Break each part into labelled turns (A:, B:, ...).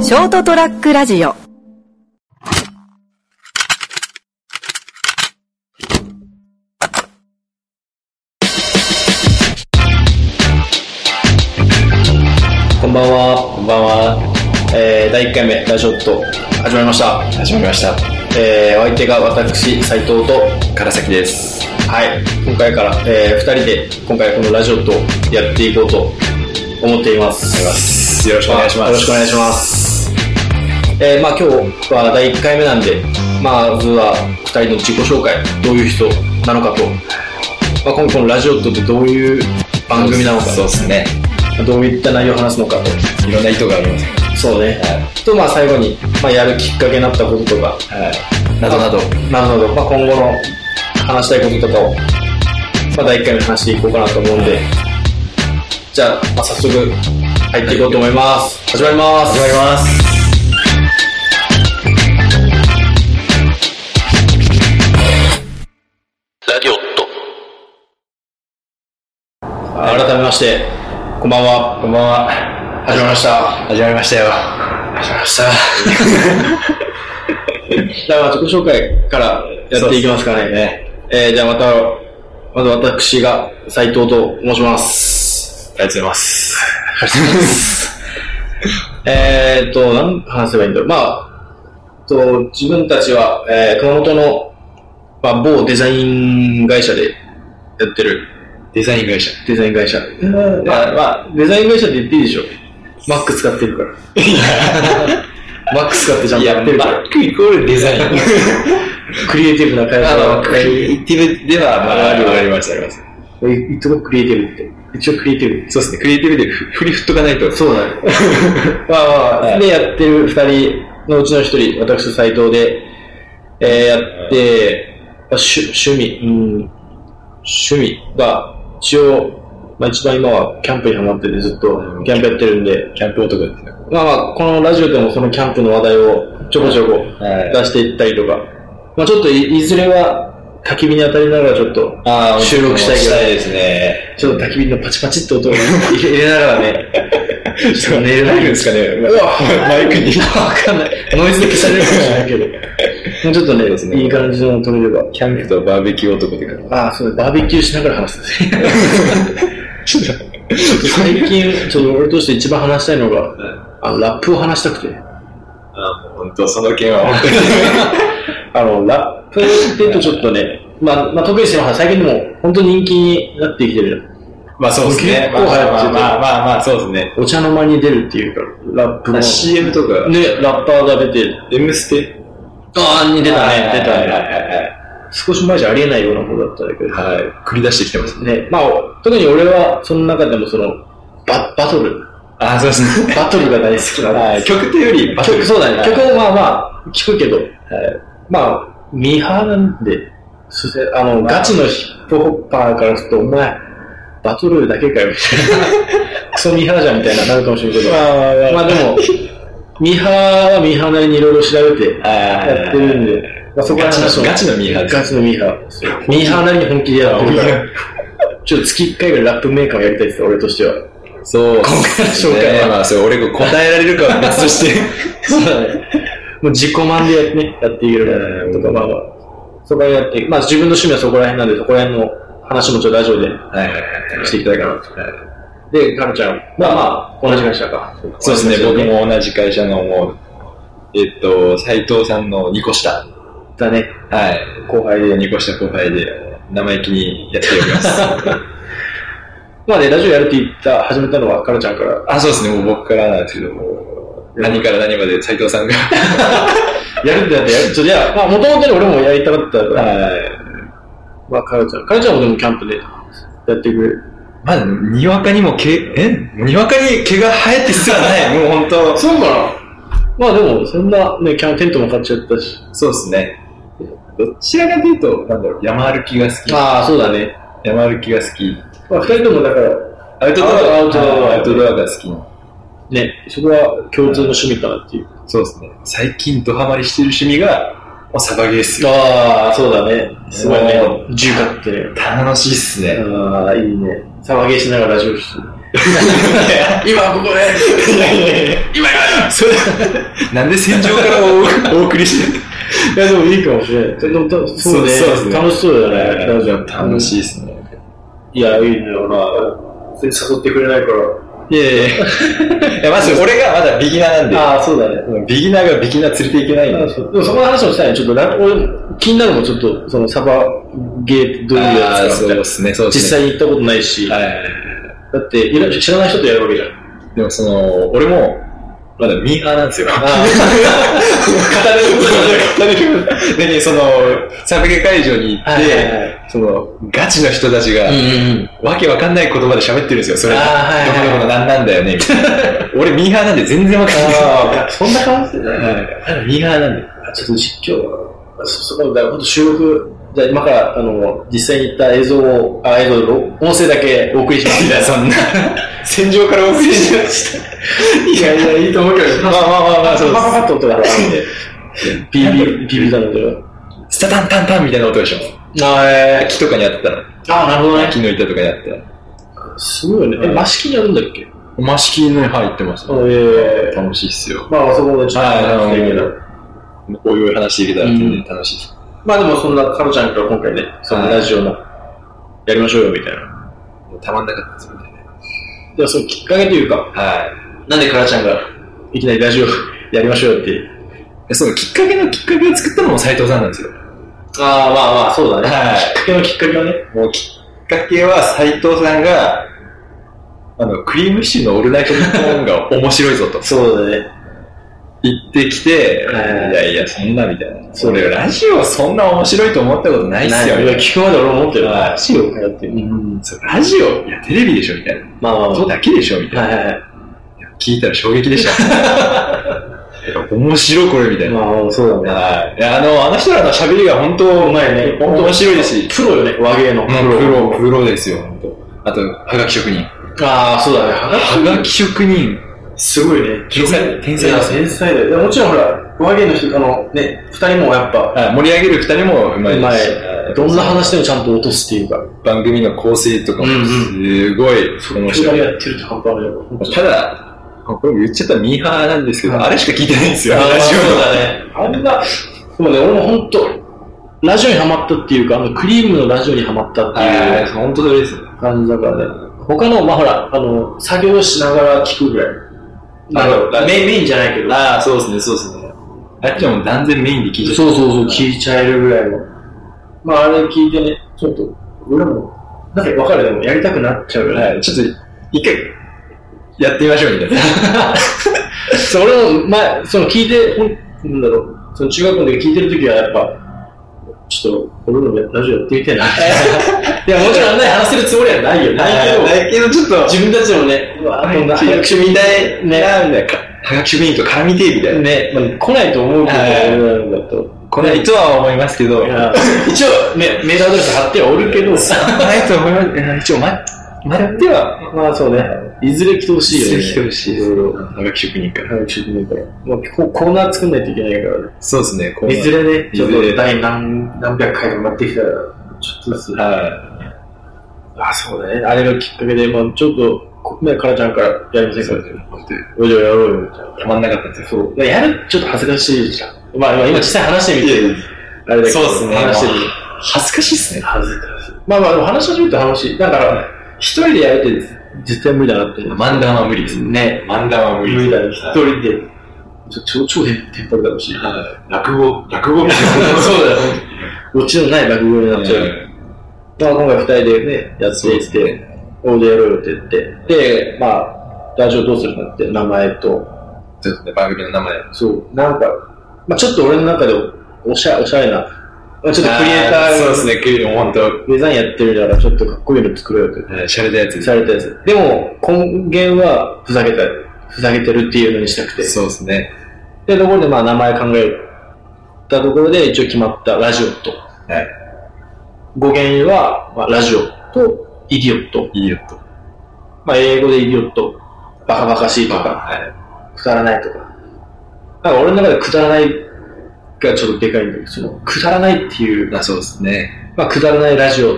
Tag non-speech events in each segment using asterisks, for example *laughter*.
A: ショートトラックラジオ
B: こんばんは。こんばんは。えー、第1回目、ラジオット、始まりました。
C: 始まりました。
B: えー、お相手が私、斉藤と、
C: 唐崎です。
B: はい、今回から、えー、2人で、今回このラジオットをやっていこうと思っています。
C: よろしくお願いします
B: よろしくお願いします。えー、まあ今日は第1回目なんで、まあ、まずは2人の自己紹介、どういう人なのかと、まあ、今このラジオットってどういう番組なのか
C: そうですね。
B: どういった内容を話すのかと。
C: いろんな意図があります。
B: そうね。
C: は
B: と、まあ、最後に、まあ、やるきっかけになったこととか、
C: はい。などなど。
B: なるほど、まあ、今後の話したいこととかを、まあ、第1回目話していこうかなと思うんで、じゃあ、まあ、早速、入っていこうと思います。始まります。
C: 始まります。
B: 改めまして、こんばんは。こんばんは。始まりました。
C: 始まりましたよ。
B: *laughs* 始まりました。じゃあ、まあ、自己紹介からやっていきますかね。
C: ね。
B: えー、じゃあ、また、まず私が、斉藤と申します。
C: ありがとうございます。
B: えーっと、何話せばいいんだろう。まあ、と自分たちは、えー熊本の、まあ、某デザイン会社でやってる。
C: デザイン会社。
B: デザイン会社。まあ、まあ、デザイン会社って言っていいでしょ。マック使ってるから。 *laughs* マック使ってちゃんとやってるから。
C: クイコールデザイン。
B: クリエイティブな会社
C: あ
B: だ
C: の、クリエイティブでは、まあ、あります、あります。
B: いいつもクリエイティブって。一応クリエイティブ。
C: そうですね。クリエイティブでふ振り振っとかないと。
B: そうだね。まあまあまあ、で、やってる二人のうちの一人、私と斉藤で、えーやって、まあ、趣趣味、うん、趣味が、一応、まあ一番今はキャンプにハマっててずっとキャンプやってるんで、
C: キャンプ男ですね。
B: まあまあ、このラジオでもそのキャンプの話題をちょこちょこ
C: はい
B: 出していったりとか、まあちょっといいずれは焚き火に当たりながらちょっと、
C: あ
B: ー
C: 収録したい
B: し
C: ぐ
B: た
C: ら
B: いで
C: いですね。
B: ちょっと焚き火のパチパチって音を入れながら *laughs* ね、ちょっと寝れない
C: 入るんですかね
B: うわ
C: *laughs* マイクに。
B: わかんない。ノイズで消されるかもしれないけど。もうちょっとね、いい感じの撮れれば。
C: キャンプとバーベキュー男って感じ。
B: ああ、そうだバーベキューしながら話す。
C: ちょっと
B: 最近、ちょっと俺として一番話したいのが、あのラップを話したくて。
C: あもう本当、その件は本当
B: あ
C: に。
B: の、ラップって言うとちょっとね、まあ、まあ、特にしても最近でも本当に人気になってきてる。
C: *laughs* まあそうです
B: 結
C: ね。
B: 構流行ってて
C: まあまあまあまあまあ、そうですね。
B: お茶の間に出るっていうか、ラップも。
C: CM とか、
B: ね、ラッパーが出て、
C: M ステ
B: ああ、に出たね、出たね。
C: ね。
B: 少し前じゃありえないような方だったんだけど。
C: はい。繰り出してきてますね。
B: ね、まあ、特に俺は、その中でもその、ババトル。
C: ああ、そうですね。
B: バトルが大好きなの。
C: はい。曲というより、バト
B: 曲、
C: ル
B: そうだね。曲
C: はい
B: はまあまあ、聞くけど、まあ、ミーハーなんで、そして、あの、ガチのヒップホッパーからすると、お前、バトルだけかよ、みたい
C: *laughs*
B: な。クソミーハーじゃん、みたいな、なるかもしれんけど。
C: まあ
B: まあでも、ミーハーはミーハーなりにいろいろ調べて、や
C: や
B: ってるんで、まあそこら辺の話を
C: ガチのガチのミーハーです
B: ガチのミーハーそう。ミーハーなりに本気でやってるから。ちょっと月1回ぐらいラップメーカーをやりたいです、俺としては。
C: そう。今
B: 回の紹介は
C: まあ、それ俺が答えられるかは別と *laughs* して。
B: そうだね。もう自己満でや,、ね、やっていけるとか、まあまあ、そこら辺やって、まあ自分の趣味はそこら辺なんで、そこら辺の話もちょっとラジオで
C: はいはい
B: していきたいかなと。で、カルちゃん、まあまあ、同じ会社か。
C: そうですね、僕。も同じ会社の、もう、えっと、斎藤さんの2個下。
B: だね。
C: はい。
B: 後輩で。
C: 2個下後輩で、生意気にやっております。
B: まあね、ラジオやるって言った、始めたのはカルちゃんから。
C: *laughs* あ、そうですね、もう僕からなんですけども、何から何まで斎藤さんが、
B: やるってやってやる。ちょっといや、まあもともと俺もやりたかったから、
C: はい
B: まあカルちゃん。カルちゃんもでもキャンプでやってくれる。
C: まあ、にわかにも毛、えにわかに毛が生えてすらない、 *laughs* もう本当
B: そうかなまあでも、そんなね、キャンテントも買っちゃったし。
C: そうですね。どちらかというと、なんだろう、山歩きが好き。
B: ああ、そうだね。
C: 山歩きが好き。
B: まあ二人ともだから、
C: アウトドア、
B: アウトドア
C: アウトドアが好きな。
B: ね、そこは共通の趣味かなっていう。
C: そうですね。最近ドハマりしてる趣味が、もうサバゲーっすよ。
B: ああ、そうだね。すごいね
C: も。
B: 銃買ってる。
C: 楽しいっすね。
B: ああ、いいね。騒ぎしながらラジオ聞く。 *laughs* 今ここで今や
C: それ、なんで戦場から *laughs* おお送りして
B: いや、でもいいかもしれない。でもた *laughs* そうね。
C: そうそうですね
B: 楽しそうだね。ラジオ
C: 楽
B: い。
C: しいっすね。
B: いや、いいね。まあ、それ誘ってくれないから。
C: いやいやいや。いや、まず俺がまだビギナーなんで。
B: ああ、そうだね。
C: ビギナーがビギナー連れていけないん
B: あ *laughs*
C: で。
B: そうでもそこの話もしたいね。ちょっとな、俺、気になるもん、ちょっと、その、サバゲーってどういうやつかみたいな。
C: すね、そう
B: 実際に行ったことないし、
C: は
B: だ
C: い。
B: って、いろいろ知らない人とやるわけじゃん。
C: でもその、俺も、まだミーハーなんですよ。
B: *laughs*
C: 語
B: あ
C: れる。でね、その、サブゲ会場に行って、
B: はいはいはい
C: その、ガチの人たちが、
B: うん。
C: わけわかんない言葉で喋ってるんですよ、それ。
B: あーはいはい
C: どこのこのなんなんだよね、 *laughs* みたいな。俺ミーハーなんで全然わかんない。
B: ああ、そんな感じだね。
C: はい、ミーハーなんで。
B: ちょっと実況、そそこだから、本当収録、じゃあ今から、あの、実際に行った映像を、あ、映像の音声だけお送りします。
C: いや、そんな、戦場からお送り
B: *laughs*
C: しました。いやいや、いいと思うけど、まあまあまあまあ、そうで
B: パパ
C: す。
B: パッと音が鳴るんで、ビリビリ、ビリビリだので。
C: スタタンタンタンみたいな音でしょ。
B: あ
C: 木とかにあったら、
B: あ、なるほどね。
C: 木の板とかにあったら。
B: すごいよね。え、マシキにあるんだっけ
C: マシキのに入ってまし
B: あ
C: た、
B: ええ
C: 楽しいっすよ。
B: まあ、そこもちょっと話してるけど。
C: おいおい話できたら全然楽しいです。
B: まあでもそんな、カロちゃんから今回ね、そのラジオの、やりましょうよ、みたいな。
C: たまんなかったですよね。
B: でもそのきっかけというか、
C: は
B: なんでカロちゃんが、いきなり
C: *laughs*
B: ラジオやりましょうよって。
C: い。そのきっかけのきっかけを作ったのも斎藤さんなんですよ。
B: ああ、まあまあ、そうだね。
C: は
B: きっかけのきっかけはね。
C: い。もうきっかけは斎藤さんが、あの、クリームシチューのオールナイトニッポンが面白いぞ *laughs* と
B: そうだね。
C: 言ってきて、い
B: はい
C: やいや、そんなみたいな。
B: そう
C: 俺、ラジオそんな面白いと思ったことないっすよ。
B: いや、聞くまで俺も思ってる。
C: はい
B: ラジオかよっていう。
C: うんそうラジオいや、テレビでしょみたいな。
B: まあまあまあ
C: 音だけでしょみたいな。
B: はいはいはい。
C: *laughs* 聞いたら衝撃でした。い *laughs* や面白いこれみたいな。
B: まあ、そうだね。
C: はいいやあの、あの人らの喋りが本当、
B: うまいね。
C: 本当面白いですし、
B: プロよね、和芸の。
C: プロ、プロですよ、本当。あと、はがき職人。
B: ああ、そうだね。
C: はがき職人。
B: すごいね。
C: 天才天才です
B: いや天才だよ。でもちろんほら、和芸の人、あの、ね、二人もやっぱ、
C: *laughs* はい盛り上げる二人もうまいですしは
B: 前、
C: い
B: どんな話でもちゃんと落とすっていうか、
C: 番組の構成とかも、
B: うんうん
C: すごい面
B: 人が
C: 白い。
B: やってるって半端ないよ。
C: ただ、これも言っちゃったらミーハーなんですけど、
B: はい
C: あれしか聞いてないんですよ、
B: あー
C: ラジオ
B: そう
C: の。
B: だね。あんな、そうね、俺も本当ラジオにハマったっていうか、あの、クリームのラジオにハマったって
C: はいい、
B: う
C: 本当それです。は
B: 感じだからね。他の、まあ、ほら、あの、作業しながら聞くぐらい。
C: あの
B: あのメインメインじゃないけど。
C: ああ、そうですね、そうですね。あっちはもう断然メインで聞いちゃった
B: そうそうそう、聞いちゃえるぐらいの。まあ、あれ聞いてね、ちょっと、俺も、なんかわかるでも、やりたくなっちゃうよね。
C: はい、ちょっと、一回、やってみましょう、みたい *laughs* な。
B: *laughs* それを、まあ、その聞いて、ほんなんだろう、その中学校の時聞いてる時はやっぱ、ちょっと、俺のラジオやってみたいな。 *laughs* いや、もちろんあんなに話せるつもりはないよ。 *laughs* ないけど、
C: ないけど、ちょっと、
B: 自分たちもね、うわ、こんな
C: ち
B: 早
C: ょっと役
B: く
C: 所みたい
B: ね
C: な、みたいな。はがき職人と絡みてえみたいな。
B: ね、まあ、来ないと思うけど、
C: はい
B: 俺らだと。
C: 来ないとは思いますけど、
B: いや一応、ね、メールアドレス *laughs* 貼ってはおるけど、
C: ないと思いますいや。一応、ま、待っては、
B: まあそうね、いずれ来てほしいよね。
C: ぜひ来てほしいで
B: い
C: す。
B: ろいろ。
C: はがき職人から。
B: 早くしてくれから。まあ、こコーナー作んないといけないからね。
C: そうですね、こ
B: いずれね、
C: い
B: ち
C: ず
B: ょっ
C: れ
B: と第何何百回もやってきたら、ちょっとずつ。
C: は
B: あ、そうだね。あれがきっかけで、まあ、ちょっと、こね、からちゃんからやりませ
C: い。
B: んか
C: そう
B: ら、
C: ですね。こうやって
B: おじゃやろうよ、みたいな。
C: たまんなかったんですよ。
B: そう。やる、ちょっと恥ずかしいじゃん。まあ、まあ今実際話してみて、あれだけど、
C: そうですね
B: 話してみて。
C: 恥ずかしいっすね。
B: 恥ずかしい。まあまあ、でも話し始めたら楽しい。だから、一人でやるって絶対無理だなって思う。
C: 漫談は無理です。
B: ね。
C: 漫談は
B: 無
C: 無
B: 理
C: 理
B: だね。
C: で
B: 一
C: す。
B: 人で。ちょ超、超テンパるだろうし。
C: はい落語、落 *laughs* 語みたいな。
B: そうだよ。落ちのない落語になっちゃう。まあ、今回二人でね、やっていっ
C: そうで
B: て、オーディやろうよって言って、で、まあ、ラジオどうするかって、名前と、
C: そうですね、番組の名前。
B: そう、なんか、まあ、ちょっと俺の中でおしゃおしゃれな、まあ、ちょっとクリエイタ
C: あ
B: ー
C: そうですね、クリエイター、本当
B: デザインやってるから、ちょっとかっこいいの作ろうよって
C: シャレたやつです
B: されたやつ。でも、根源は、ふざけた、ふざけてるっていうのにしたくて。
C: そうですね。
B: で、ところで、まあ、名前考えたところで、一応決まったラジオと、
C: はい。
B: 語源は、まあ、ラジオと、イディオット。
C: いいよと。
B: まあ、英語でイディオット、バカバカしいとか、
C: は
B: くだらないとか。なんか俺の中でくだらないがちょっとでかいんだけど、その、くだらないっていう、
C: あ、そうですね。
B: まあ、くだらないラジオ、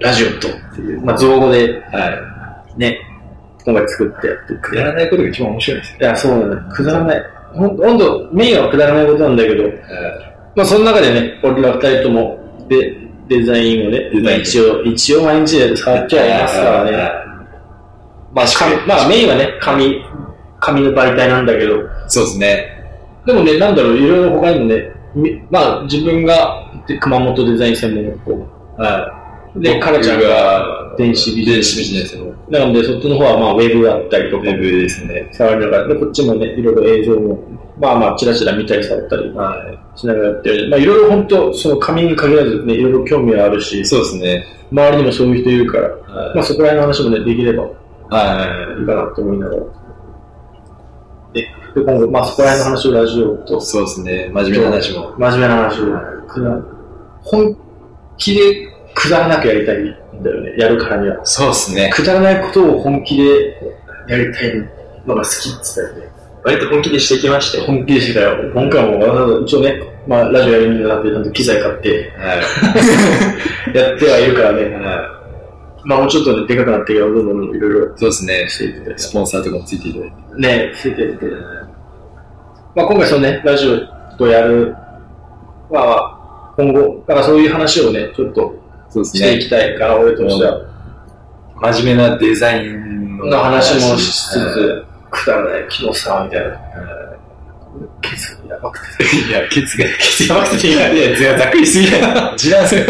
B: ラジオとっていう、まあ、造語で
C: は
B: ね、今回作ってやって、
C: い。
B: く
C: や
B: だら
C: らないことが一番面白いですよ。
B: いや、そうなの。くだらない。ほん、ほんと、メインはくだらないことなんだけど、
C: は
B: まあ、その中でね、俺ら二人とも、で、デザインをね、
C: デ
B: ま
C: ザ
B: あ
C: イン
B: 一応、一応毎日で使っちゃいますからね。
C: まあ、しかも、
B: 紙まあ、メインはね、紙、紙の媒体なんだけど、
C: そうですね。
B: でもね、なんだろう、いろいろ他にもね、みまあ、自分がで熊本デザイン専門学校。はい。で、カラちゃんが、
C: が
B: 電子ビジネス
C: 電子ビジネスのウ
B: なので、そっちの方は、まあ、ウェブだったりとか、
C: ェブですね。
B: 触りながら、で、こっちもね、いろいろ映像も、まあまあ、ちらちら見たりされたりしながらやってる。まあ、いろいろ本当、その紙に限らずね、いろいろ興味はあるし、
C: そうですね。
B: 周りにもそういう人いるから、まあ、そこら辺の話もね、できればい
C: はい
B: かなと思いながら。で、で今後、まあ、そこら辺の話をラジオと
C: い。、そうですね。真面目な話も。
B: 真面目な話をくだ本気でくだらなくやりたいんだよねやるからには
C: そうですね。
B: くだらないことを本気でやりたいのが好きっつったよね
C: 割と本気でしてきましたよ。
B: 本気でしてたよ今回もわざわざ一応ね、まあ、ラジオやるにあたってちゃんと機材買って
C: は
B: やってはいるからね、
C: は
B: まあもうちょっとねでかくなってからどんどんどんいろいろ
C: い。そうですね。
B: していって
C: スポンサーとかもついていただいて。
B: ねついてってまあ今回そのねラジオとやるまあ今後だからそういう話をねちょっと
C: そうで
B: していきたいから、俺としては
C: 真面目なデザイン
B: の話もしつ
C: は
B: つ、くだらない、昨日さ、みたいな。ケツやばくて。
C: いいや、ケツが、ケツ
B: やばくていいな
C: や、いやざっくりしすぎや。時短する。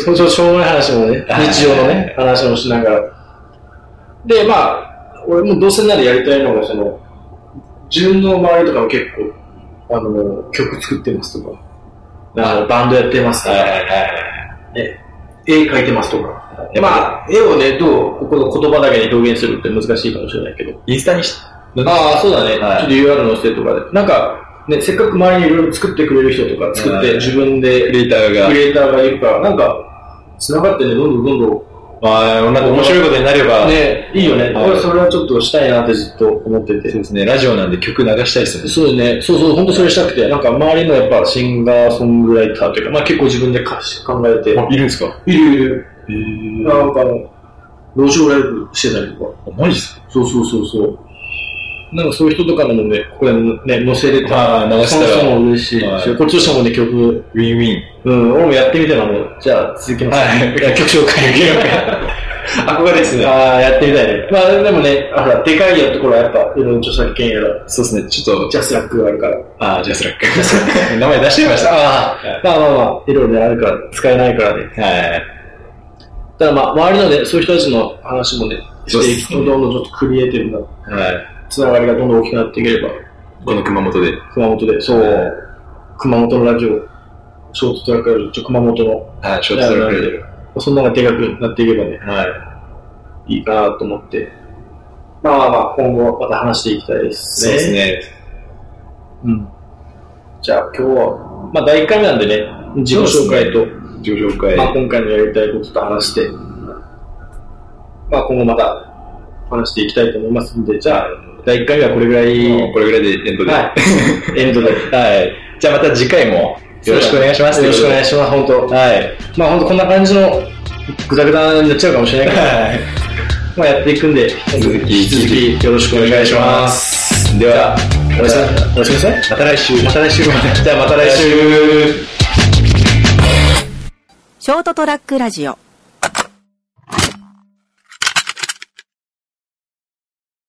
B: そう、そう、しょうもない話もね、
C: はい
B: 日常のね、話もしながら。で、まあ、俺もどうせならやりたいのが、その、自分の周りとかも結構、あの、曲作ってますとか、あのバンドやってますと
C: はい
B: か、
C: はいはい。
B: 絵描いてますとか。まあ、絵をね、どう、ここの言葉だけで表現するって難しいかもしれないけど、
C: インスタにし、
B: ああ、そうだね。
C: はい
B: ちょっと UR のせいとかで。なんか、ね、せっかく周りにいろいろ作ってくれる人とか、作っ
C: はい
B: て自分
C: ク
B: で
C: リエイターが
B: ク、リエイターがいるから、なんか、繋がってね、どんどんどんど
C: まあ、なんか面白いことになれば、
B: ん、ね、いいよね。
C: はい
B: 俺それはちょっとしたいなってずっと思って
C: そう
B: て。
C: ですね、ラジオなんで曲流したいですよね。
B: そうね、そうそう、本当それしたくて、なんか周りのやっぱシンガーソングライターというか、まあ結構自分で歌詞考えて、い
C: いるんですか
B: るいる、
C: へぇ
B: なんかあの、路上ライブしてたりとか、
C: マジっすか
B: そうそうそうそう。なんかそういう人とかのもね、これね、載せれた
C: まあ、流
B: そ
C: し
B: の
C: た
B: 人
C: ら、
B: も嬉しいし、
C: はい
B: こっちとしてもね、曲、
C: ウィンウィン。
B: うん、俺もやってみたのも、じゃあ続きます。
C: はい。いや曲紹介、 *laughs* 曲紹介。憧れですね。
B: ああ、やってみたいね。まあでもね、あほら、でかいやところはやっぱ、いろいろ著作権やら、
C: そうですね、ちょっと、
B: ジャスラックがあるから。
C: あー、ジャスラック。 *laughs* 名前出しちゃいました。
B: あ
C: は
B: まあまあまあ、いろいろね、あるから、使えないからね。
C: はい。
B: ただまあ、周りのね、そういう人たちの話もね、
C: そう
B: し
C: ってす
B: いくと、どんどんちょっとクリエイティブな
C: はい。
B: つながりがどんどん大きくなっていければ、
C: この熊本で。
B: 熊本で、そう、
C: はい
B: 熊本のラジオ、ショートトラックラジオ、ちょ熊本の、
C: はい、ショートトラックラジオ
B: そんなのがでかくなっていけばね、
C: はい。
B: いいかなと思って。まあまあまあ、今後また話していきたいです
C: そう
B: ね。
C: ですね。
B: うん。じゃあ今日は、まあ第1回目なんでね、自己紹介と、
C: 自己紹介。
B: まあ今回のやりたいことと話して、まあ今後また話していきたいと思いますんで、じゃあ第1回目はこれぐら
C: もう
B: い、
C: これぐらいでエンドで。
B: はい、 *laughs* エンドで。
C: はい。じゃあまた次回もよろしくお願いします。
B: よろしくお
C: と
B: 願
C: いう
B: いします、本当
C: ことではい。
B: まあ本当こんな感じのぐだぐだになっちゃうかもしれないけど、
C: は
B: まあやっていくんで、
C: い。続き、
B: 引き続きよろしくお願いします。
C: す。では、
B: おやすみおやすみなさい。
C: また来週。
B: また来週。
C: じゃあまた来週。
A: ショートトラックラジオ